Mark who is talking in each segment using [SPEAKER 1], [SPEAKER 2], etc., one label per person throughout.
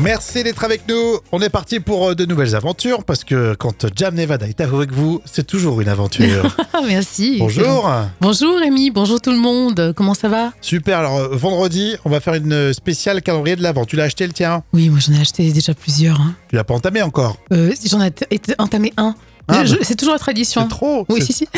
[SPEAKER 1] Merci d'être avec nous. On est parti pour euh, de nouvelles aventures parce que quand Jam Nevada est avec vous, c'est toujours une aventure.
[SPEAKER 2] Ah, merci.
[SPEAKER 1] Bonjour.
[SPEAKER 2] Bonjour Rémi, bonjour tout le monde. Comment ça va
[SPEAKER 1] Super. Alors euh, vendredi, on va faire une euh, spéciale calendrier de l'avent. Tu l'as acheté le tien
[SPEAKER 2] Oui, moi j'en ai acheté déjà plusieurs. hein.
[SPEAKER 1] Tu l'as pas entamé encore
[SPEAKER 2] Euh, j'en ai été- entamé un.
[SPEAKER 1] Ah,
[SPEAKER 2] Je-
[SPEAKER 1] bah,
[SPEAKER 2] c'est toujours la tradition.
[SPEAKER 1] C'est trop.
[SPEAKER 2] Oui,
[SPEAKER 1] c'est-
[SPEAKER 2] si, si.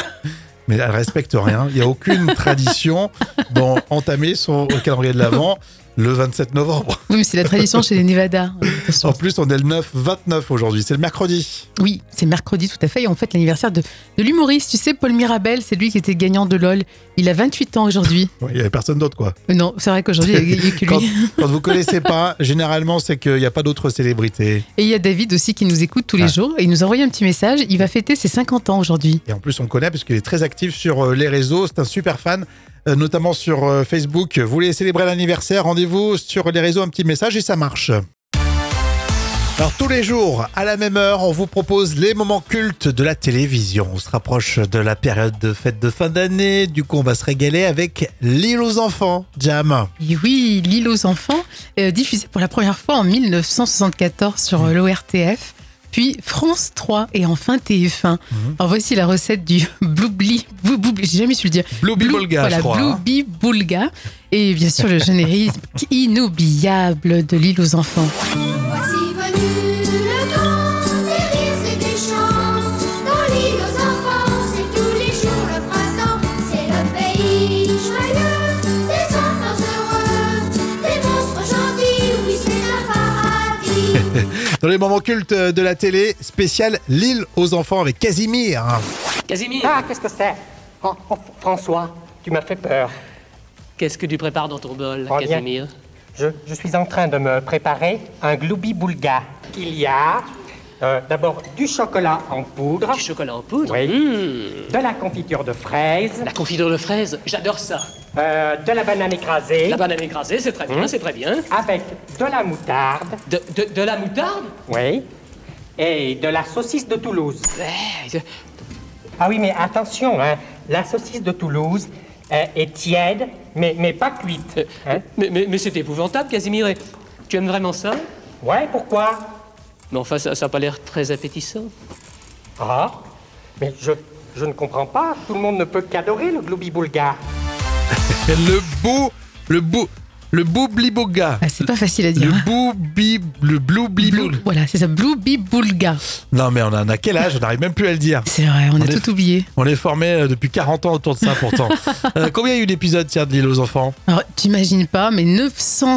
[SPEAKER 1] Mais elle respecte rien. Il n'y a aucune tradition dans entamer son euh, calendrier de l'avent le 27 novembre.
[SPEAKER 2] Oui, mais c'est la tradition chez les Nevada.
[SPEAKER 1] Oh,
[SPEAKER 2] Euh, attention.
[SPEAKER 1] En plus, on est le 9-29 aujourd'hui. C'est le mercredi.
[SPEAKER 2] Oui, c'est mercredi tout à fait. Et on fête l'anniversaire de, de l'humoriste. Tu sais, Paul Mirabel, c'est lui qui était gagnant de LOL. Il a 28 ans aujourd'hui.
[SPEAKER 1] Ouais, Il n'y avait personne d'autre, quoi.
[SPEAKER 2] Euh, non, c'est vrai qu'aujourd'hui, il y a- il y a que
[SPEAKER 1] Quand,
[SPEAKER 2] lui.
[SPEAKER 1] quand vous connaissez pas, généralement, c'est qu'il n'y a pas d'autres célébrités.
[SPEAKER 2] Et il y a David aussi qui nous écoute tous les
[SPEAKER 1] Ah.
[SPEAKER 2] jours. Et il nous a envoyé un petit message. Il va fêter ses 50 ans aujourd'hui.
[SPEAKER 1] Et en plus, on le connaît parce qu'il est très actif sur euh, les réseaux. C'est un super fan, euh, notamment sur euh, Facebook. Vous voulez célébrer l'anniversaire Rendez-vous sur les réseaux, un petit message et ça marche. Alors tous les jours, à la même heure, on vous propose les moments cultes de la télévision. On se rapproche de la période de fête de fin d'année, du coup on va se régaler avec L'île aux enfants, Jam.
[SPEAKER 2] Et oui, L'île aux enfants, euh, diffusée pour la première fois en 1974 sur euh, l'ORTF, puis France 3 et enfin TF1. Alors voici la recette du bloubli, blou- bloubli, j'ai jamais su le dire.
[SPEAKER 1] Blue
[SPEAKER 2] Blou-
[SPEAKER 1] Bulga,
[SPEAKER 2] voilà,
[SPEAKER 1] je crois. hein.
[SPEAKER 2] Bloubi Boulga. Et bien sûr, le générisme inoubliable de L'île aux enfants.
[SPEAKER 3] Voici venu le temps des rires et des chants. Dans l'île aux enfants, c'est tous les jours le printemps. C'est le pays joyeux, des enfants heureux, des monstres gentils, oui, c'est un paradis.
[SPEAKER 1] Dans les moments cultes de la télé, spécial L'île aux enfants avec Casimir.
[SPEAKER 4] Casimir,
[SPEAKER 5] Ah, qu'est-ce que c'est Fran- Fran- François, tu m'as fait peur.
[SPEAKER 4] qu'est-ce que tu prépares dans ton bol,
[SPEAKER 5] Reviens.
[SPEAKER 4] Casimir
[SPEAKER 5] Je, je suis en train de me préparer un gloubi boulga. Il y a euh, d'abord du chocolat en poudre,
[SPEAKER 4] Du chocolat en poudre
[SPEAKER 5] Oui.
[SPEAKER 4] Mmh.
[SPEAKER 5] de la confiture de fraises,
[SPEAKER 4] La confiture de fraises, j'adore ça.
[SPEAKER 5] euh, de la banane écrasée,
[SPEAKER 4] La banane écrasée, c'est très
[SPEAKER 5] Mmh.
[SPEAKER 4] bien, c'est très bien.
[SPEAKER 5] avec de la moutarde,
[SPEAKER 4] De, de- de la moutarde
[SPEAKER 5] oui, et de la saucisse de Toulouse.
[SPEAKER 4] Ouais, je-
[SPEAKER 5] Ah oui, mais attention, hein, la saucisse de Toulouse euh, est tiède, mais, mais pas cuite.
[SPEAKER 4] euh,
[SPEAKER 5] Hein?
[SPEAKER 4] Mais, mais- mais c'est épouvantable, Casimir. Et Tu aimes vraiment ça
[SPEAKER 5] Ouais, pourquoi
[SPEAKER 4] Mais enfin, ça n'a pas l'air très appétissant.
[SPEAKER 5] Ah, mais je, je ne comprends pas. Tout le monde ne peut qu'adorer le gloubi boulga.
[SPEAKER 1] Le beau, le beau, le boubliboga.
[SPEAKER 2] Ah, c'est pas facile à dire.
[SPEAKER 1] Le
[SPEAKER 2] hein.
[SPEAKER 1] boubi, le bloubliboul.
[SPEAKER 2] Blou- voilà, c'est ça, Bloubi Boulga.
[SPEAKER 1] Non mais on en a quel âge On n'arrive même plus à le dire.
[SPEAKER 2] C'est vrai, on,
[SPEAKER 1] On
[SPEAKER 2] a
[SPEAKER 1] est-
[SPEAKER 2] tout oublié.
[SPEAKER 1] On est formé euh, depuis 40 ans autour de ça pourtant. Euh, combien il y a eu d'épisodes tiens de l'île aux enfants
[SPEAKER 2] Alors, t'imagines pas, mais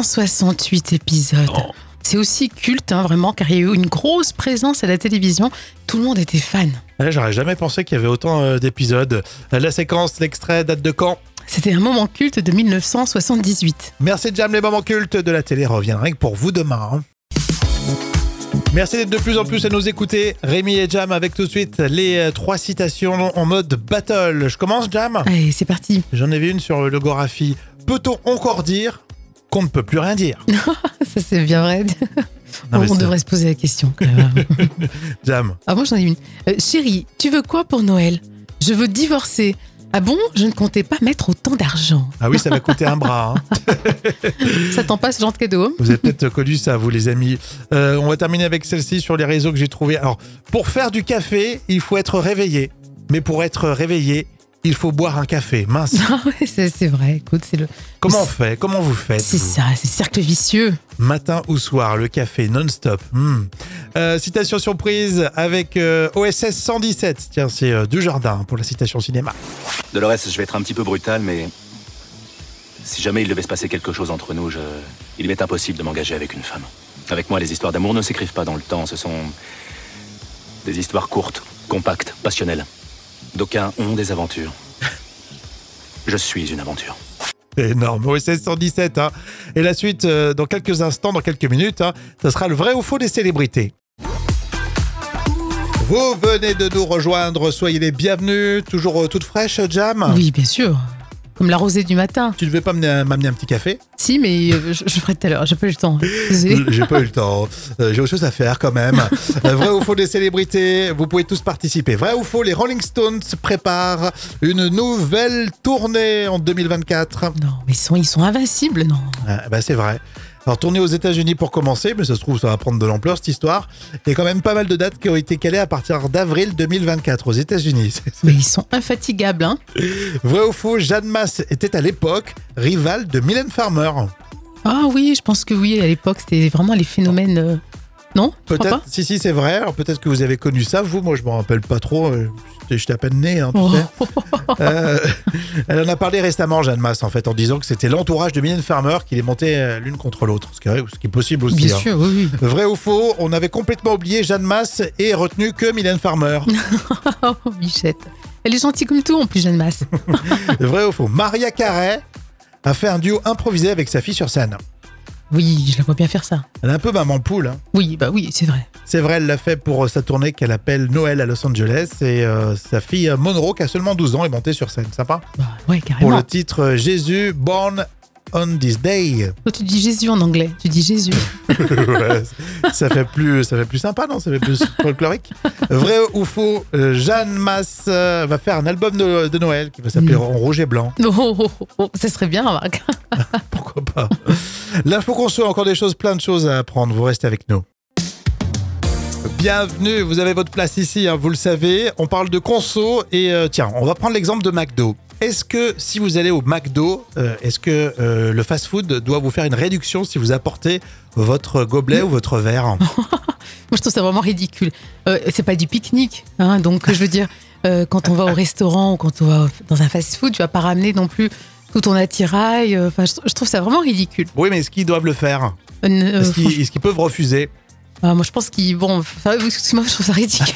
[SPEAKER 2] 968 épisodes.
[SPEAKER 1] Oh.
[SPEAKER 2] C'est aussi culte, hein, vraiment, car il y a eu une grosse présence à la télévision. Tout le monde était fan.
[SPEAKER 1] Ouais, Eh, J'aurais jamais pensé qu'il y avait autant euh, d'épisodes. Euh, La séquence, l'extrait date de quand
[SPEAKER 2] C'était un moment culte de 1978.
[SPEAKER 1] Merci Jam, les moments cultes de la télé reviennent rien que pour vous demain. hein. Merci d'être de plus en plus à nous écouter. Rémi et Jam avec tout de suite les euh, trois citations en mode battle. Je commence Jam
[SPEAKER 2] Allez, c'est parti.
[SPEAKER 1] J'en avais une sur le Gorafi. Peut-on encore dire qu'on ne peut plus rien dire
[SPEAKER 2] Ça, c'est bien vrai.
[SPEAKER 1] Non, mais
[SPEAKER 2] Oh, on
[SPEAKER 1] c'est-
[SPEAKER 2] devrait se poser la question. quand même.
[SPEAKER 1] Jam,
[SPEAKER 2] ah, moi, j'en ai une. Euh, chérie, tu veux quoi pour Noël Je veux divorcer. Ah bon Je ne comptais pas mettre autant d'argent.
[SPEAKER 1] ah oui, ça va coûter un bras. hein.
[SPEAKER 2] Ça t'en passe, genre de cadeau hein
[SPEAKER 1] Vous avez peut-être connu ça, vous les amis. Euh, on va terminer avec celle-ci sur les réseaux que j'ai trouvé. Alors, pour faire du café, il faut être réveillé. Mais pour être réveillé, il faut boire un café. Mince.
[SPEAKER 2] Ah ouais, c'est c'est vrai. Écoute, c'est le.
[SPEAKER 1] Comment on fait Comment vous faites
[SPEAKER 2] C'est
[SPEAKER 1] vous
[SPEAKER 2] ça, c'est le cercle vicieux.
[SPEAKER 1] Matin ou soir, le café non-stop. Hmm. Euh, citation surprise avec euh, OSS 117. Tiens, c'est euh, Dujardin pour la citation cinéma.
[SPEAKER 6] Dolores, je vais être un petit peu brutal, mais si jamais il devait se passer quelque chose entre nous, je... il m'est impossible de m'engager avec une femme. Avec moi, les histoires d'amour ne s'écrivent pas dans le temps. Ce sont des histoires courtes, compactes, passionnelles. D'aucuns ont des aventures. Je suis une aventure.
[SPEAKER 1] Énorme, OSS 117. Hein. Et la suite, euh, dans quelques instants, dans quelques minutes, hein, ça sera le vrai ou faux des célébrités. Vous venez de nous rejoindre, soyez les bienvenus. Toujours euh, toute fraîche, Jam
[SPEAKER 2] Oui, bien sûr. Comme la rosée du matin.
[SPEAKER 1] Tu ne veux pas m'amener un- m'amener un petit café
[SPEAKER 2] Si, mais euh, je, je ferai tout à l'heure. J'ai pas eu le temps. Désolée.
[SPEAKER 1] J'ai pas eu le temps. Euh, J'ai autre chose à faire quand même. Euh, vrai ou faux des célébrités, vous pouvez tous participer. Vrai ou faux, les Rolling Stones préparent une nouvelle tournée en 2024.
[SPEAKER 2] Non, mais ils sont, ils sont invincibles, non
[SPEAKER 1] Ah, bah, c'est vrai. Alors, tourné aux États-Unis pour commencer, mais ça se trouve, ça va prendre de l'ampleur cette histoire. Il y a quand même pas mal de dates qui ont été calées à partir d'avril 2024 aux États-Unis. C'est-
[SPEAKER 2] Mais ils sont infatigables, hein.
[SPEAKER 1] Vrai ou faux, Jeanne Masse était à l'époque rivale de Mylène Farmer.
[SPEAKER 2] Ah oui, je pense que oui, à l'époque, c'était vraiment les phénomènes. euh, Non Je crois
[SPEAKER 1] Peut-être,
[SPEAKER 2] pas
[SPEAKER 1] si, si, c'est vrai. Alors peut-être que vous avez connu ça, vous. Moi, je m'en rappelle pas trop. euh, J'étais j'étais à peine né, hein, tu
[SPEAKER 2] Oh.
[SPEAKER 1] sais. Euh, elle en a parlé récemment, Jeanne Masse, en fait, en disant que c'était l'entourage de Mylène Farmer qui les montait euh, l'une contre l'autre. Ce, qui est- ce qui est possible aussi.
[SPEAKER 2] oh, Bien
[SPEAKER 1] hein.
[SPEAKER 2] sûr, oui. oui.
[SPEAKER 1] Vrai ou faux, on avait complètement oublié Jeanne Masse et retenu que Mylène Farmer.
[SPEAKER 2] Oh, Bichette. Elle est gentille comme tout, en plus, Jeanne Masse.
[SPEAKER 1] vrai ou faux, Maria Carey a fait un duo improvisé avec sa fille sur scène.
[SPEAKER 2] Oui, je la vois bien faire ça.
[SPEAKER 1] Elle est un peu maman poule. hein.
[SPEAKER 2] Oui, bah oui, c'est vrai.
[SPEAKER 1] C'est vrai, elle l'a fait pour euh, sa tournée qu'elle appelle Noël à Los Angeles. Et euh, sa fille Monroe, qui a seulement 12 ans, est montée sur scène. Sympa.
[SPEAKER 2] Bah, ouais,
[SPEAKER 1] Pour
[SPEAKER 2] carrément.
[SPEAKER 1] le titre euh, Jésus Born on this day.
[SPEAKER 2] Toi, tu dis Jésus en anglais. Tu dis Jésus.
[SPEAKER 1] Ouais, ça, fait plus, ça fait plus sympa, non Ça fait plus folklorique. Vrai ou faux, euh, Jeanne Masse euh, va faire un album de, de Noël qui va s'appeler
[SPEAKER 2] Mm.
[SPEAKER 1] En rouge et blanc.
[SPEAKER 2] Oh, oh, oh, oh, ça serait bien, remarque.
[SPEAKER 1] Pourquoi pas L'info conso, encore des choses, plein de choses à apprendre. Vous restez avec nous. Bienvenue, vous avez votre place ici, hein, vous le savez. On parle de conso et euh, tiens, on va prendre l'exemple de McDo. Est-ce que si vous allez au McDo, euh, est-ce que euh, le fast-food doit vous faire une réduction si vous apportez votre gobelet ou votre verre
[SPEAKER 2] Moi, je trouve ça vraiment ridicule. Euh, c'est pas du pique-nique, hein, donc je veux dire, euh, quand on va au restaurant ou quand on va dans un fast-food, tu vas pas ramener non plus tout ton attirail. euh, Enfin, je, je trouve ça vraiment ridicule.
[SPEAKER 1] Oui, mais est-ce qu'ils doivent le faire
[SPEAKER 2] Euh, ne- euh,
[SPEAKER 1] Est-ce qu'ils
[SPEAKER 2] franchement,
[SPEAKER 1] est-ce qu'ils peuvent refuser
[SPEAKER 2] ah, moi, je pense qu'ils bon, enfin, excuse-moi, je trouve ça ridicule.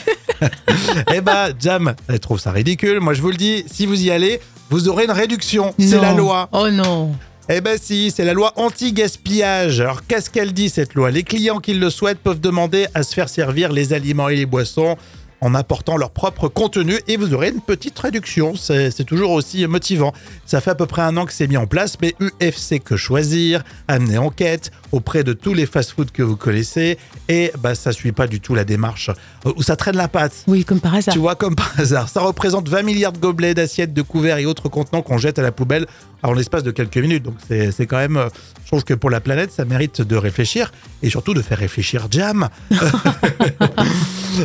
[SPEAKER 1] Eh bah, Jam, elle trouve ça ridicule. Moi, je vous le dis, si vous y allez, vous aurez une réduction. C'est
[SPEAKER 2] Non.
[SPEAKER 1] la loi.
[SPEAKER 2] Oh non.
[SPEAKER 1] Eh ben si, c'est la loi anti-gaspillage. Alors qu'est-ce qu'elle dit cette loi Les clients qui le souhaitent peuvent demander à se faire servir les aliments et les boissons en apportant leur propre contenu et vous aurez une petite réduction. C'est c'est toujours aussi motivant. Ça fait à peu près un an que c'est mis en place, mais UFC que choisir, amener enquête auprès de tous les fast-food que vous connaissez et bah ça suit pas du tout la démarche Euh, ou ça traîne la patte.
[SPEAKER 2] Oui, comme par hasard.
[SPEAKER 1] Tu vois, comme par hasard. Ça représente 20 milliards de gobelets, d'assiettes, de couverts et autres contenants qu'on jette à la poubelle en l'espace de quelques minutes. Donc c'est c'est quand même, euh, je trouve que pour la planète, ça mérite de réfléchir et surtout de faire réfléchir Jam.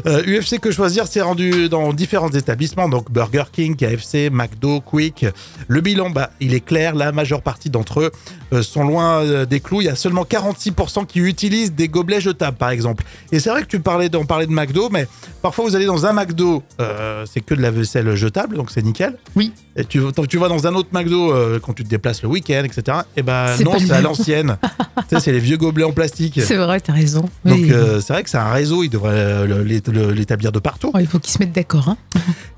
[SPEAKER 1] Euh, UFC que choisir s'est rendu dans différents établissements, donc Burger King, KFC, McDo, Quick. Le bilan, bah, il est clair, la majeure partie d'entre eux euh, sont loin euh, des clous. Il y a seulement 46% qui utilisent des gobelets jetables, par exemple. Et c'est vrai que tu parlais d'en parler de McDo, mais parfois vous allez dans un McDo, euh, c'est que de la vaisselle jetable, donc c'est nickel.
[SPEAKER 2] Oui.
[SPEAKER 1] Et tu, tu vas dans un autre McDo euh, quand tu te déplaces le week-end, etc. Et ben
[SPEAKER 2] C'est
[SPEAKER 1] non,
[SPEAKER 2] pas le
[SPEAKER 1] c'est à
[SPEAKER 2] même.
[SPEAKER 1] l'ancienne. tu sais, c'est les vieux gobelets en plastique.
[SPEAKER 2] C'est vrai, t'as raison.
[SPEAKER 1] Donc
[SPEAKER 2] Oui.
[SPEAKER 1] euh, c'est vrai que c'est un réseau, il devrait euh, le- l'é- le- l'établir de partout.
[SPEAKER 2] Oh, il faut qu'ils se mettent d'accord. Hein.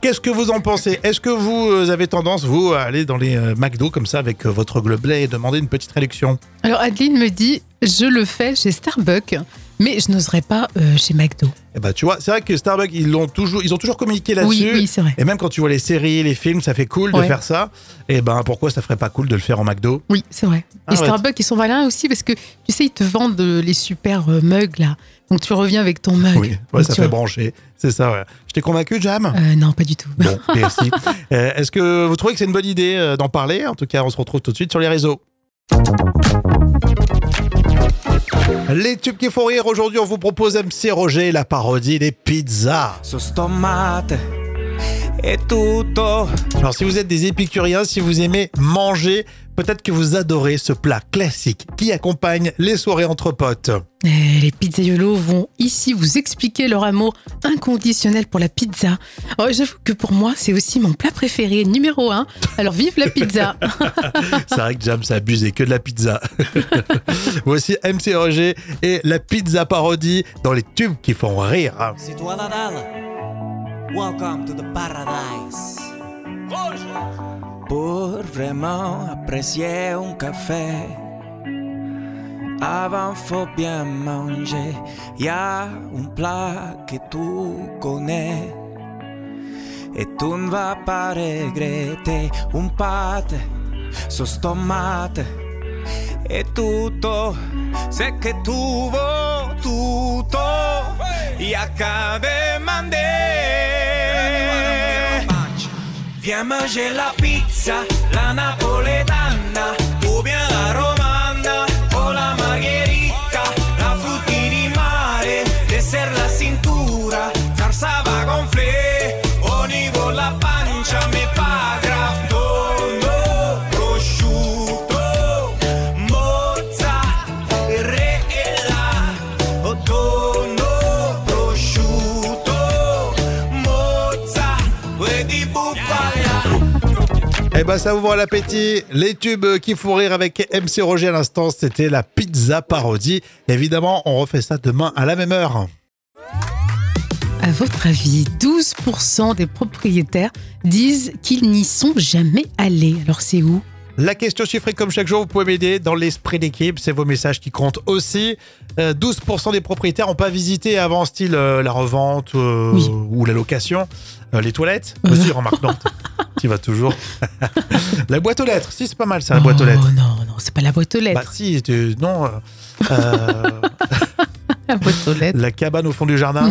[SPEAKER 1] Qu'est-ce que vous en pensez Est-ce que vous euh, avez tendance, vous, à aller dans les euh, McDo comme ça avec euh, votre gobelet et demander une petite réduction
[SPEAKER 2] Alors, Adeline me dit je le fais chez Starbucks, mais je n'oserais pas euh, chez McDo.
[SPEAKER 1] Eh ben, tu vois, c'est vrai que Starbucks, ils l'ont toujours, ils ont toujours communiqué là-dessus.
[SPEAKER 2] Oui, oui, c'est vrai.
[SPEAKER 1] Et même quand tu vois les séries, les films, ça fait cool de
[SPEAKER 2] Ouais.
[SPEAKER 1] faire ça. Et ben pourquoi ça ferait pas cool de le faire en McDo
[SPEAKER 2] Oui, c'est vrai.
[SPEAKER 1] Ah
[SPEAKER 2] et
[SPEAKER 1] ouais.
[SPEAKER 2] Starbucks, ils sont malins aussi parce que, tu sais, ils te vendent euh, les super euh, mugs, là. Donc, tu reviens avec ton mug.
[SPEAKER 1] Oui, ouais,
[SPEAKER 2] Donc,
[SPEAKER 1] ça
[SPEAKER 2] tu
[SPEAKER 1] fait
[SPEAKER 2] vois.
[SPEAKER 1] brancher. C'est ça, ouais. Je t'ai convaincu, Jam
[SPEAKER 2] Euh, non, pas du tout.
[SPEAKER 1] Bon, merci. Euh, Est-ce que vous trouvez que c'est une bonne idée euh, d'en parler En tout cas, on se retrouve tout de suite sur les réseaux. Les tubes qui font rire, aujourd'hui on vous propose MC Roger, la parodie des pizzas.
[SPEAKER 7] Sauce tomate et tutto.
[SPEAKER 1] Alors si vous êtes des épicuriens, si vous aimez manger, peut-être que vous adorez ce plat classique qui accompagne les soirées entre potes.
[SPEAKER 2] Euh, les pizzaiolos vont ici vous expliquer leur amour inconditionnel pour la pizza. Oh, J'avoue que pour moi, c'est aussi mon plat préféré, numéro un. Alors, vive la pizza
[SPEAKER 1] C'est vrai que Jam s'est abusé que de la pizza. Voici MC Roger et la pizza parodie dans les tubes qui font rire.
[SPEAKER 7] C'est toi la dalle. Welcome to the paradise. Pour vraiment apprécier un café, avant faut bien manger. Y a un plat que tu connais. Et tu ne vas pas regretter un pâte, sauce tomate. e tutto, se che tu vuoi tutto, e accade mande. Viens manger la pizza, la napoletana, ou bien la romana, o la margherita.
[SPEAKER 1] Eh ben, ça ouvre l'appétit. Les tubes qui font rire avec MC Roger à l'instant, c'était la pizza parodie. Évidemment, on refait ça demain à la même heure.
[SPEAKER 2] À votre avis, 12% des propriétaires disent qu'ils n'y sont jamais allés. Alors c'est où
[SPEAKER 1] La question chiffrée comme chaque jour, vous pouvez m'aider dans l'esprit d'équipe, c'est vos messages qui comptent aussi. Euh, 12% des propriétaires n'ont pas visité avant, style euh, la revente euh,
[SPEAKER 2] Oui.
[SPEAKER 1] ou la location. Euh, les toilettes Aussi, remarque, non. Tu vas toujours. la boîte aux lettres, si c'est pas mal ça, la boîte aux
[SPEAKER 2] Oh,
[SPEAKER 1] lettres.
[SPEAKER 2] Non, non, c'est pas la boîte aux
[SPEAKER 1] Bah
[SPEAKER 2] lettres.
[SPEAKER 1] si, tu- non. euh, euh, Bah.
[SPEAKER 2] La boîte aux lettres.
[SPEAKER 1] la cabane au fond du jardin.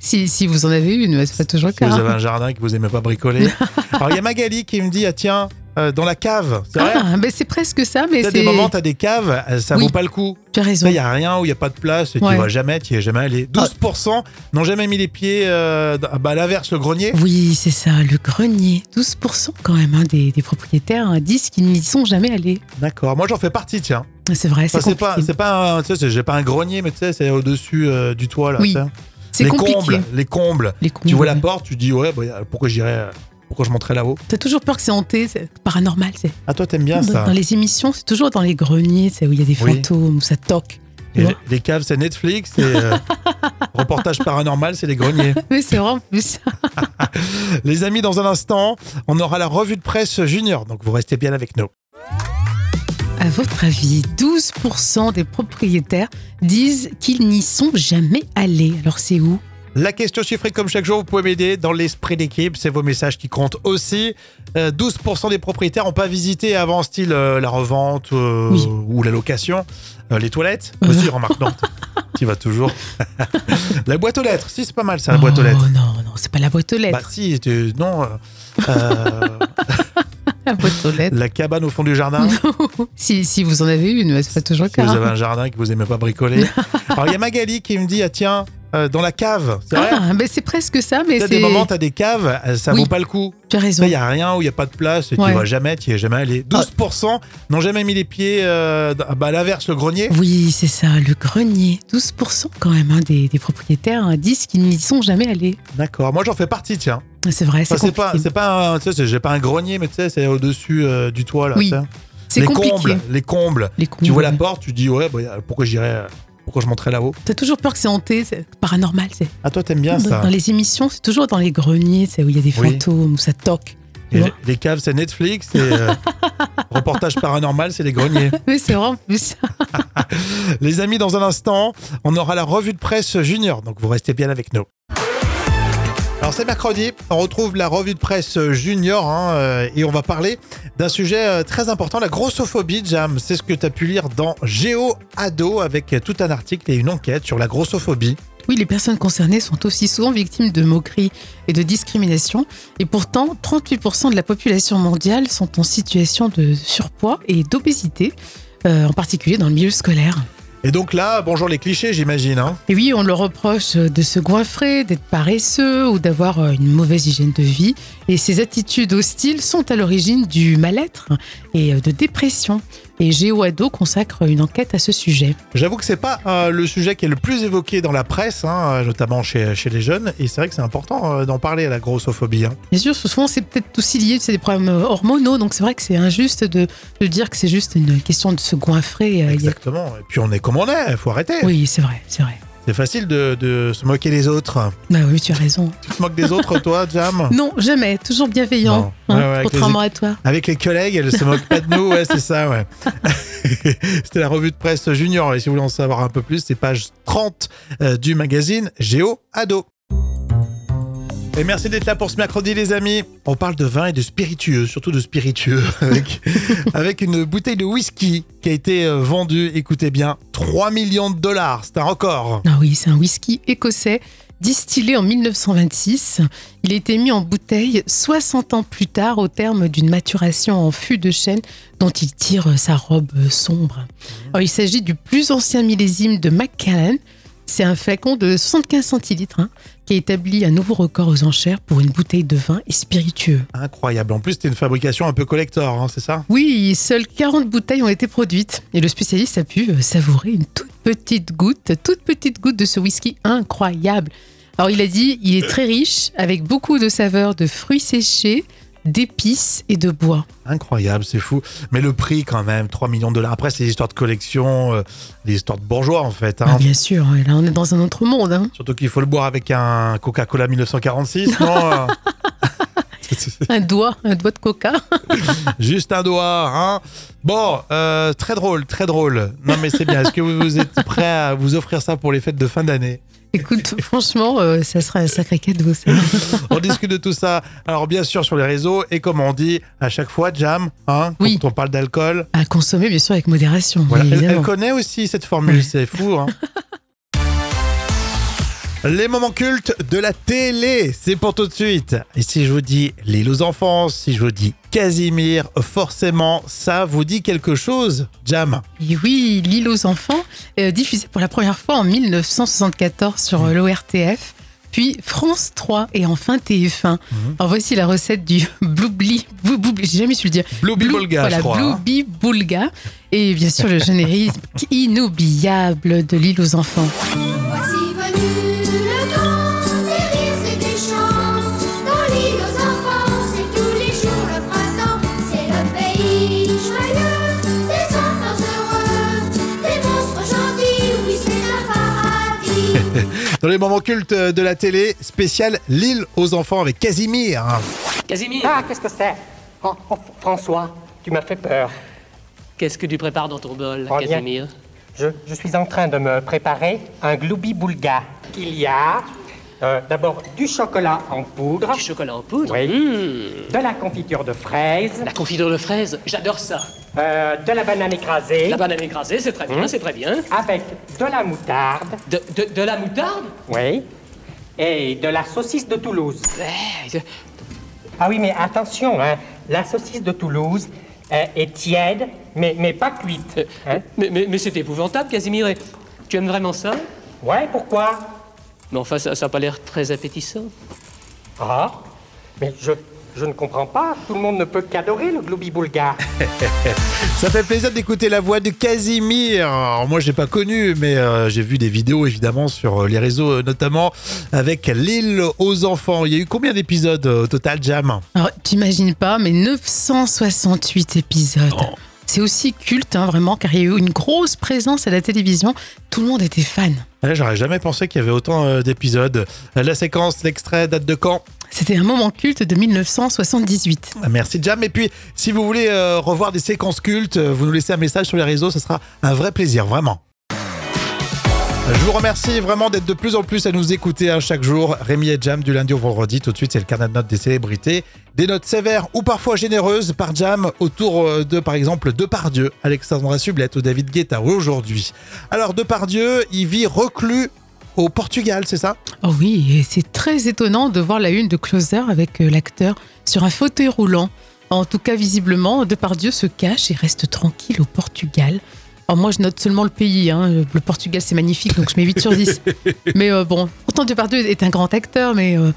[SPEAKER 2] si, si vous en avez une, mais c'est pas toujours le
[SPEAKER 1] Si
[SPEAKER 2] cas. hein.
[SPEAKER 1] vous avez un jardin que vous aimez pas bricoler. Alors il y a Magali qui me dit ah tiens euh, dans la cave. C'est vrai.
[SPEAKER 2] Ah, ben, c'est presque ça, mais
[SPEAKER 1] T'as
[SPEAKER 2] c'est.
[SPEAKER 1] des moments, t'as des caves, euh, ça
[SPEAKER 2] Oui.
[SPEAKER 1] vaut pas le coup.
[SPEAKER 2] Tu as
[SPEAKER 1] Là,
[SPEAKER 2] raison.
[SPEAKER 1] il n'y a rien où il n'y a pas de place, tu
[SPEAKER 2] Ouais. Ah.
[SPEAKER 1] vas jamais, tu y es jamais allé. 12% n'ont jamais mis les pieds euh, dans- bah, à l'inverse, le grenier.
[SPEAKER 2] Oui, c'est ça, le grenier. 12% quand même hein, des, des propriétaires hein, disent qu'ils n'y sont jamais allés.
[SPEAKER 1] D'accord, moi j'en fais partie, tiens.
[SPEAKER 2] C'est vrai,
[SPEAKER 1] Ça,
[SPEAKER 2] c'est
[SPEAKER 1] C'est pas,
[SPEAKER 2] compliqué.
[SPEAKER 1] c'est pas, un- tu sais, c'est- j'ai pas un grenier, mais tu sais, c'est au-dessus euh, du toit là.
[SPEAKER 2] Oui,
[SPEAKER 1] tu sais.
[SPEAKER 2] C'est
[SPEAKER 1] les
[SPEAKER 2] compliqué. Mhm.
[SPEAKER 1] combles, les combles.
[SPEAKER 2] Les combles,
[SPEAKER 1] Tu vois la
[SPEAKER 2] ouais.
[SPEAKER 1] porte, tu dis ouais, bah, pourquoi j'irais, euh, pourquoi je monterais là-haut.
[SPEAKER 2] T'as toujours peur que c'est hanté, c'est paranormal. C'est
[SPEAKER 1] Ah toi t'aimes bien
[SPEAKER 2] dans,
[SPEAKER 1] ça.
[SPEAKER 2] dans les émissions, c'est toujours dans les greniers, c'est où il y a des
[SPEAKER 1] Oui.
[SPEAKER 2] fantômes, où ça toque. tu
[SPEAKER 1] Et
[SPEAKER 2] vois.
[SPEAKER 1] les- les caves, c'est Netflix. Et euh, reportage paranormal, c'est les greniers.
[SPEAKER 2] Mais c'est vraiment plus.
[SPEAKER 1] Les amis, dans un instant, on aura la revue de presse junior. Donc vous restez bien avec nous.
[SPEAKER 2] À votre avis, 12% des propriétaires disent qu'ils n'y sont jamais allés. Alors c'est où
[SPEAKER 1] La question chiffrée, comme chaque jour, vous pouvez m'aider dans l'esprit d'équipe. C'est vos messages qui comptent aussi. Euh, 12% des propriétaires n'ont pas visité avant, style euh, la revente euh,
[SPEAKER 2] Oui.
[SPEAKER 1] ou la location. Euh, les toilettes Aussi, remarque, non. Tu vas toujours. la boîte aux lettres. Si, c'est pas mal ça, la boîte aux
[SPEAKER 2] Oh,
[SPEAKER 1] lettres.
[SPEAKER 2] Non, non, c'est pas la boîte aux
[SPEAKER 1] Bah
[SPEAKER 2] lettres.
[SPEAKER 1] si, tu- non. euh, euh, Bah.
[SPEAKER 2] la boîte aux lettres.
[SPEAKER 1] la cabane au fond du jardin.
[SPEAKER 2] si, si vous en avez une, mais c'est pas toujours le
[SPEAKER 1] Si
[SPEAKER 2] cas. hein.
[SPEAKER 1] vous avez un jardin que vous aimez pas bricoler. Alors il y a Magali qui me dit ah tiens euh, dans la cave. C'est vrai.
[SPEAKER 2] Ah, ben c'est presque ça, mais
[SPEAKER 1] T'as
[SPEAKER 2] c'est.
[SPEAKER 1] des moments, t'as des caves, euh, ça
[SPEAKER 2] Oui.
[SPEAKER 1] vaut pas le coup.
[SPEAKER 2] Tu as raison.
[SPEAKER 1] Là, il n'y a rien où il n'y a pas de place, tu
[SPEAKER 2] Ouais. Ah.
[SPEAKER 1] vas jamais, tu y es jamais allé. 12% n'ont jamais mis les pieds euh, dans- bah, à l'inverse, le grenier.
[SPEAKER 2] Oui, c'est ça, le grenier. 12% quand même hein, des, des propriétaires hein, disent qu'ils n'y sont jamais allés.
[SPEAKER 1] D'accord, moi j'en fais partie, tiens.
[SPEAKER 2] C'est vrai,
[SPEAKER 1] Ça,
[SPEAKER 2] c'est
[SPEAKER 1] c'est pas,
[SPEAKER 2] compliqué.
[SPEAKER 1] c'est pas, un- tu sais, c'est- j'ai pas un grenier, mais tu sais, c'est au-dessus euh, du toit là.
[SPEAKER 2] Oui,
[SPEAKER 1] tu sais.
[SPEAKER 2] C'est
[SPEAKER 1] les
[SPEAKER 2] compliqué. Mhm.
[SPEAKER 1] combles, les combles.
[SPEAKER 2] Les combles,
[SPEAKER 1] Tu vois la
[SPEAKER 2] ouais.
[SPEAKER 1] porte, tu dis ouais, bah, pourquoi j'irais, euh, pourquoi je monterais là-haut.
[SPEAKER 2] T'as toujours peur que c'est hanté, c'est paranormal. C'est
[SPEAKER 1] Ah toi t'aimes bien
[SPEAKER 2] dans,
[SPEAKER 1] ça.
[SPEAKER 2] dans les émissions, c'est toujours dans les greniers, c'est où il y a des
[SPEAKER 1] Oui.
[SPEAKER 2] fantômes, où ça toque. tu
[SPEAKER 1] Et
[SPEAKER 2] vois.
[SPEAKER 1] les- les caves, c'est Netflix. Et, euh, reportage paranormal, c'est les greniers.
[SPEAKER 2] Mais c'est vraiment plus.
[SPEAKER 1] Les amis, dans un instant, on aura la revue de presse junior. Donc vous restez bien avec nous. Alors c'est mercredi, on retrouve la revue de presse junior hein, euh, et on va parler d'un sujet euh, très important, la grossophobie, Jam. C'est ce que tu as pu lire dans Géo Ado avec tout un article et une enquête sur la grossophobie.
[SPEAKER 2] Oui, les personnes concernées sont aussi souvent victimes de moqueries et de discrimination. Et pourtant, 38% de la population mondiale sont en situation de surpoids et d'obésité, euh, en particulier dans le milieu scolaire.
[SPEAKER 1] Et donc là, bonjour les clichés, j'imagine. hein.
[SPEAKER 2] Et oui, on leur reproche de se goinfrer, d'être paresseux ou d'avoir euh, une mauvaise hygiène de vie. Et ces attitudes hostiles sont à l'origine du mal-être et euh, de dépression. Et GeoAdo consacre une enquête à ce sujet.
[SPEAKER 1] J'avoue que c'est pas euh, le sujet qui est le plus évoqué dans la presse, hein, euh, notamment chez, chez les jeunes. Et c'est vrai que c'est important euh, d'en parler à la grossophobie. hein.
[SPEAKER 2] Bien sûr, souvent c'est peut-être aussi lié, c'est des problèmes euh, hormonaux, donc c'est vrai que c'est injuste de, de dire que c'est juste une question de se goinfrer. euh, il y a-
[SPEAKER 1] Exactement. Et puis on est comme on est, faut arrêter.
[SPEAKER 2] Oui, c'est vrai, c'est vrai.
[SPEAKER 1] C'est facile de, de se moquer des autres.
[SPEAKER 2] Bah oui, tu as raison.
[SPEAKER 1] Tu te moques des autres, toi, Jam
[SPEAKER 2] Non, jamais, toujours bienveillant,
[SPEAKER 1] Non.
[SPEAKER 2] hein,
[SPEAKER 1] Ouais, ouais, avec
[SPEAKER 2] contrairement à toi.
[SPEAKER 1] Avec les collègues, elles se moquent pas de nous, ouais, c'est ça, ouais. C'était la revue de presse junior. Et si vous voulez en savoir un peu plus, c'est page 30 euh, du magazine Géo Ado. Et merci d'être là pour ce mercredi, les amis. On parle de vin et de spiritueux, surtout de spiritueux, avec, avec une bouteille de whisky qui a été euh, vendue, écoutez bien, 3 millions de dollars. C'est un record.
[SPEAKER 2] Ah oui, c'est un whisky écossais distillé en 1926. Il a été mis en bouteille 60 ans plus tard au terme d'une maturation en fût de chêne dont il tire sa robe sombre. Alors, il s'agit du plus ancien millésime de Macallan. C'est un flacon de 75 centilitres hein, qui a établi un nouveau record aux enchères pour une bouteille de vin et spiritueux.
[SPEAKER 1] Incroyable. En plus, c'était une fabrication un peu collector, hein, c'est ça
[SPEAKER 2] Oui, seules 40 bouteilles ont été produites et le spécialiste a pu euh, savourer une toute petite goutte, toute petite goutte de ce whisky incroyable. Alors il a dit, il est très riche avec beaucoup de saveurs de fruits séchés, d'épices et de bois.
[SPEAKER 1] Incroyable, c'est fou. Mais le prix quand même, 3 millions de dollars. Après, c'est l'histoire de collection, euh, l'histoire de bourgeois en fait. hein.
[SPEAKER 2] Ah, bien sûr, ouais, là on est dans un autre monde. hein.
[SPEAKER 1] Surtout qu'il faut le boire avec un Coca-Cola 1946, non euh
[SPEAKER 2] Un doigt, un doigt de coca.
[SPEAKER 1] Juste un doigt, hein Bon, euh, très drôle, très drôle. Non mais c'est bien. Est-ce que vous, vous êtes prêt à vous offrir ça pour les fêtes de fin d'année
[SPEAKER 2] Écoute, franchement, euh, ça serait un sacré cadeau. Ça.
[SPEAKER 1] On discute de tout ça. Alors bien sûr sur les réseaux et comme on dit à chaque fois, Jam, hein,
[SPEAKER 2] Oui.
[SPEAKER 1] quand on parle d'alcool.
[SPEAKER 2] À consommer, bien sûr, avec modération.
[SPEAKER 1] Voilà. Euh, Elle- Elle,
[SPEAKER 2] évidemment.
[SPEAKER 1] connaît aussi cette formule, c'est fou. hein. Les moments cultes de la télé, c'est pour tout de suite. Et si je vous dis l'île aux enfants, si je vous dis Casimir, forcément, ça vous dit quelque chose, Jam.
[SPEAKER 2] Et oui, L'île aux enfants, euh, diffusée pour la première fois en 1974 sur
[SPEAKER 1] Mmh.
[SPEAKER 2] l'ORTF, puis France 3 et enfin TF1.
[SPEAKER 1] Mmh.
[SPEAKER 2] Alors voici la recette du bloubli, blou- bloubli, j'ai jamais su le dire.
[SPEAKER 1] Blobby
[SPEAKER 2] Blou-
[SPEAKER 1] Bolga,
[SPEAKER 2] voilà,
[SPEAKER 1] je crois. hein.
[SPEAKER 2] Blooby Boulga. Et bien sûr, le générique inoubliable de L'île aux enfants.
[SPEAKER 3] Voici venu le temps des rires et des chants. Dans l'île aux enfants, c'est tous les jours le printemps. C'est le pays joyeux des enfants heureux, des monstres gentils. Oui, c'est un paradis.
[SPEAKER 1] Dans les moments cultes de la télé, spécial l'île aux enfants avec Casimir. hein.
[SPEAKER 4] Casimir,
[SPEAKER 5] Ah, qu'est-ce que c'est Oh, oh, François, tu m'as fait peur.
[SPEAKER 4] qu'est-ce que tu prépares dans ton bol,
[SPEAKER 5] Oh, bien.
[SPEAKER 4] Casimir
[SPEAKER 5] Je, je suis en train de me préparer un gloubi boulga. Il y a euh, d'abord du chocolat en poudre,
[SPEAKER 4] Du chocolat en poudre
[SPEAKER 5] Oui.
[SPEAKER 4] Mmh.
[SPEAKER 5] de la confiture de fraises,
[SPEAKER 4] La confiture de fraises, j'adore ça.
[SPEAKER 5] euh, de la banane écrasée,
[SPEAKER 4] La banane écrasée, c'est très bien,
[SPEAKER 5] Mmh.
[SPEAKER 4] c'est très bien.
[SPEAKER 5] avec de la moutarde,
[SPEAKER 4] De, de- de la moutarde
[SPEAKER 5] oui, et de la saucisse de Toulouse.
[SPEAKER 4] Eh, je-
[SPEAKER 5] Ah oui, mais attention, hein, la saucisse de Toulouse euh, est tiède, mais, mais pas cuite. Hein?
[SPEAKER 4] euh, Mais, mais- mais c'est épouvantable, Casimir. Et Tu aimes vraiment ça
[SPEAKER 5] Ouais, pourquoi
[SPEAKER 4] Mais enfin, ça n'a pas l'air très appétissant.
[SPEAKER 5] Ah, mais je, je ne comprends pas, tout le monde ne peut qu'adorer le gloubi boulga.
[SPEAKER 1] Ça fait plaisir d'écouter la voix de Casimir. Alors, moi, je l'ai pas connu, mais euh, j'ai vu des vidéos évidemment sur euh, les réseaux, euh, notamment avec l'île aux enfants. Il y a eu combien d'épisodes euh, au total, Jam
[SPEAKER 2] Alors, t'imagines pas, mais 968 épisodes.
[SPEAKER 1] Oh.
[SPEAKER 2] C'est aussi culte, hein, vraiment, car il y a eu une grosse présence à la télévision. Tout le monde était fan.
[SPEAKER 1] Là, Eh, j'aurais jamais pensé qu'il y avait autant euh, d'épisodes. La séquence, l'extrait date de quand
[SPEAKER 2] C'était un moment culte de 1978.
[SPEAKER 1] Merci, Jam. Et puis, si vous voulez euh, revoir des séquences cultes, euh, vous nous laissez un message sur les réseaux, ce sera un vrai plaisir, vraiment. Je vous remercie vraiment d'être de plus en plus à nous écouter hein, chaque jour. Rémi et Jam du lundi au vendredi. Tout de suite, c'est le carnet de notes des célébrités. Des notes sévères ou parfois généreuses par Jam autour euh, de, par exemple, Depardieu, Alexandra Sublette ou David Guetta aujourd'hui. Alors, Depardieu, il vit reclus au Portugal, c'est ça
[SPEAKER 2] Oh oui, et c'est très étonnant de voir la une de Closer avec euh, l'acteur sur un fauteuil roulant. En tout cas, visiblement, Depardieu se cache et reste tranquille au Portugal. Alors moi, je note seulement le pays. hein. Le Portugal, c'est magnifique, donc je mets 8 sur 10. mais euh, bon, pourtant, Depardieu est un grand acteur, mais euh,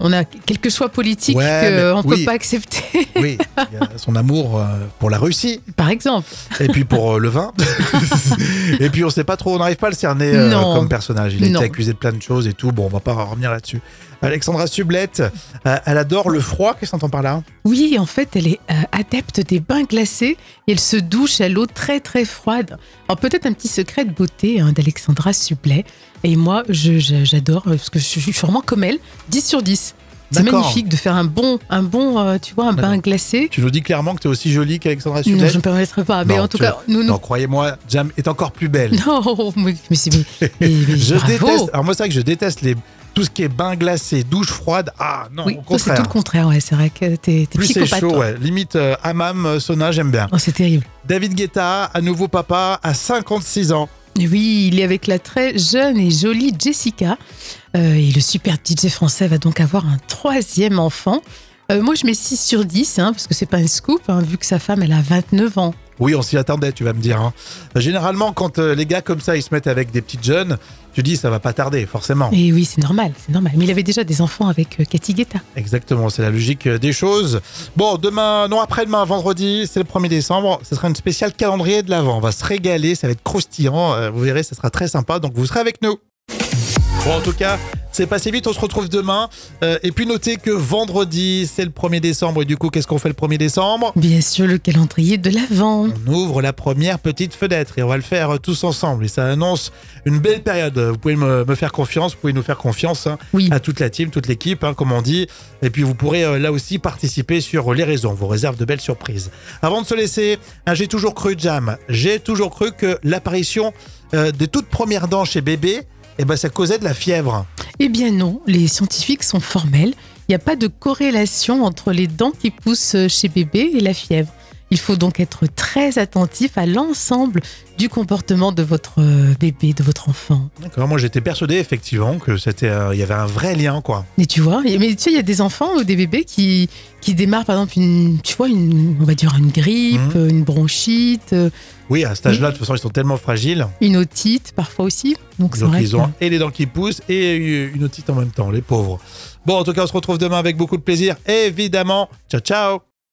[SPEAKER 2] on a quelques choix politiques
[SPEAKER 1] Ouais, mais
[SPEAKER 2] qu'on ne
[SPEAKER 1] oui.
[SPEAKER 2] peut pas accepter,
[SPEAKER 1] Oui. il y a son amour euh, pour la Russie.
[SPEAKER 2] par exemple.
[SPEAKER 1] Et puis pour euh, le vin. et puis on sait pas trop, on n'arrive pas à le cerner euh,
[SPEAKER 2] Non.
[SPEAKER 1] comme personnage. Il a
[SPEAKER 2] Non.
[SPEAKER 1] été accusé de plein de choses et tout. Bon, on va pas revenir là-dessus. Alexandra Sublette, euh, elle adore le froid. Qu'est-ce qu'on entend par là
[SPEAKER 2] Oui, en fait, elle est euh, adepte des bains glacés et elle se douche à l'eau très très froide. Alors peut-être un petit secret de beauté hein, d'Alexandra Sublet. Et moi, je- je- j'adore euh, parce que je suis sûrement comme elle, 10 sur 10. C'est
[SPEAKER 1] D'accord.
[SPEAKER 2] magnifique de faire un bon, un bon, euh, tu vois, un bain glacé.
[SPEAKER 1] Tu nous dis clairement que tu es aussi jolie qu'Alexandra
[SPEAKER 2] Non,
[SPEAKER 1] Sublette
[SPEAKER 2] je ne me permettrai pas. Mais
[SPEAKER 1] Non,
[SPEAKER 2] en tout
[SPEAKER 1] tu-
[SPEAKER 2] cas, nous,
[SPEAKER 1] Non,
[SPEAKER 2] nous.
[SPEAKER 1] croyez-moi, Jam est encore plus belle.
[SPEAKER 2] Non, mais, mais c'est- mais- mais- mais
[SPEAKER 1] je
[SPEAKER 2] bravo.
[SPEAKER 1] déteste. Alors moi, c'est vrai que je déteste les, tout ce qui est bain glacé, douche froide. Ah non,
[SPEAKER 2] Oui,
[SPEAKER 1] au
[SPEAKER 2] toi, c'est
[SPEAKER 1] contraire.
[SPEAKER 2] tout le contraire. Ouais, c'est vrai que t'es, t'es
[SPEAKER 1] plus c'est
[SPEAKER 2] psychopathe.
[SPEAKER 1] chaud,
[SPEAKER 2] toi.
[SPEAKER 1] ouais. limite euh, hammam, euh, sauna, j'aime bien.
[SPEAKER 2] Oh, c'est terrible.
[SPEAKER 1] David Guetta, à nouveau papa, à 56 ans.
[SPEAKER 2] Oui, il est avec la très jeune et jolie Jessica. Euh, et le super DJ français va donc avoir un troisième enfant. Euh, moi, je mets 6 sur 10, hein, parce que c'est pas un scoop, hein, vu que sa femme, elle a 29 ans.
[SPEAKER 1] Oui, on s'y attendait, tu vas me dire. hein. Généralement, quand euh, les gars comme ça, ils se mettent avec des petites jeunes, tu dis ça va pas tarder, forcément.
[SPEAKER 2] Et oui, c'est normal, c'est normal. Mais il avait déjà des enfants avec euh, Cathy Guetta.
[SPEAKER 1] Exactement, c'est la logique euh, des choses. Bon, demain, non, après-demain, vendredi, c'est le 1er décembre, ce sera une spéciale calendrier de l'Avent. On va se régaler, ça va être croustillant, euh, vous verrez, ça sera très sympa, donc vous serez avec nous. Bon, en tout cas, C'est passé vite, on se retrouve demain. Euh, et puis notez que vendredi, c'est le 1er décembre. Et du coup, qu'est-ce qu'on fait le 1er décembre
[SPEAKER 2] Bien sûr, le calendrier de l'Avent.
[SPEAKER 1] on ouvre la première petite fenêtre et on va le faire euh, tous ensemble. Et ça annonce une belle période. Vous pouvez me, me faire confiance, vous pouvez nous faire confiance hein,
[SPEAKER 2] Oui.
[SPEAKER 1] à toute la team, toute l'équipe, hein, comme on dit. Et puis vous pourrez euh, là aussi participer sur euh, les réseaux. On vous réserve de belles surprises. Avant de se laisser, hein, j'ai toujours cru, Jam, j'ai toujours cru que l'apparition euh, des toutes premières dents chez bébé, eh ben, ça causait de la fièvre.
[SPEAKER 2] Eh bien non, les scientifiques sont formels. Il n'y a pas de corrélation entre les dents qui poussent chez bébé et la fièvre. Il faut donc être très attentif à l'ensemble du comportement de votre euh, bébé, de votre enfant.
[SPEAKER 1] D'accord, moi j'étais persuadé effectivement que c'était, euh, il y avait un vrai lien, quoi.
[SPEAKER 2] Mais tu vois, mais tu sais, il y a des enfants ou des bébés qui, qui démarrent par exemple une, tu vois, une, on va dire une grippe,
[SPEAKER 1] Mmh.
[SPEAKER 2] une bronchite, euh,
[SPEAKER 1] Oui, à cet âge-là, de toute façon, ils sont tellement fragiles.
[SPEAKER 2] une otite parfois aussi. Donc c'est
[SPEAKER 1] Donc
[SPEAKER 2] vrai
[SPEAKER 1] ils
[SPEAKER 2] que-
[SPEAKER 1] ont et les dents qui poussent et euh, une otite en même temps, les pauvres. Bon, en tout cas, on se retrouve demain avec beaucoup de plaisir, évidemment. Ciao, ciao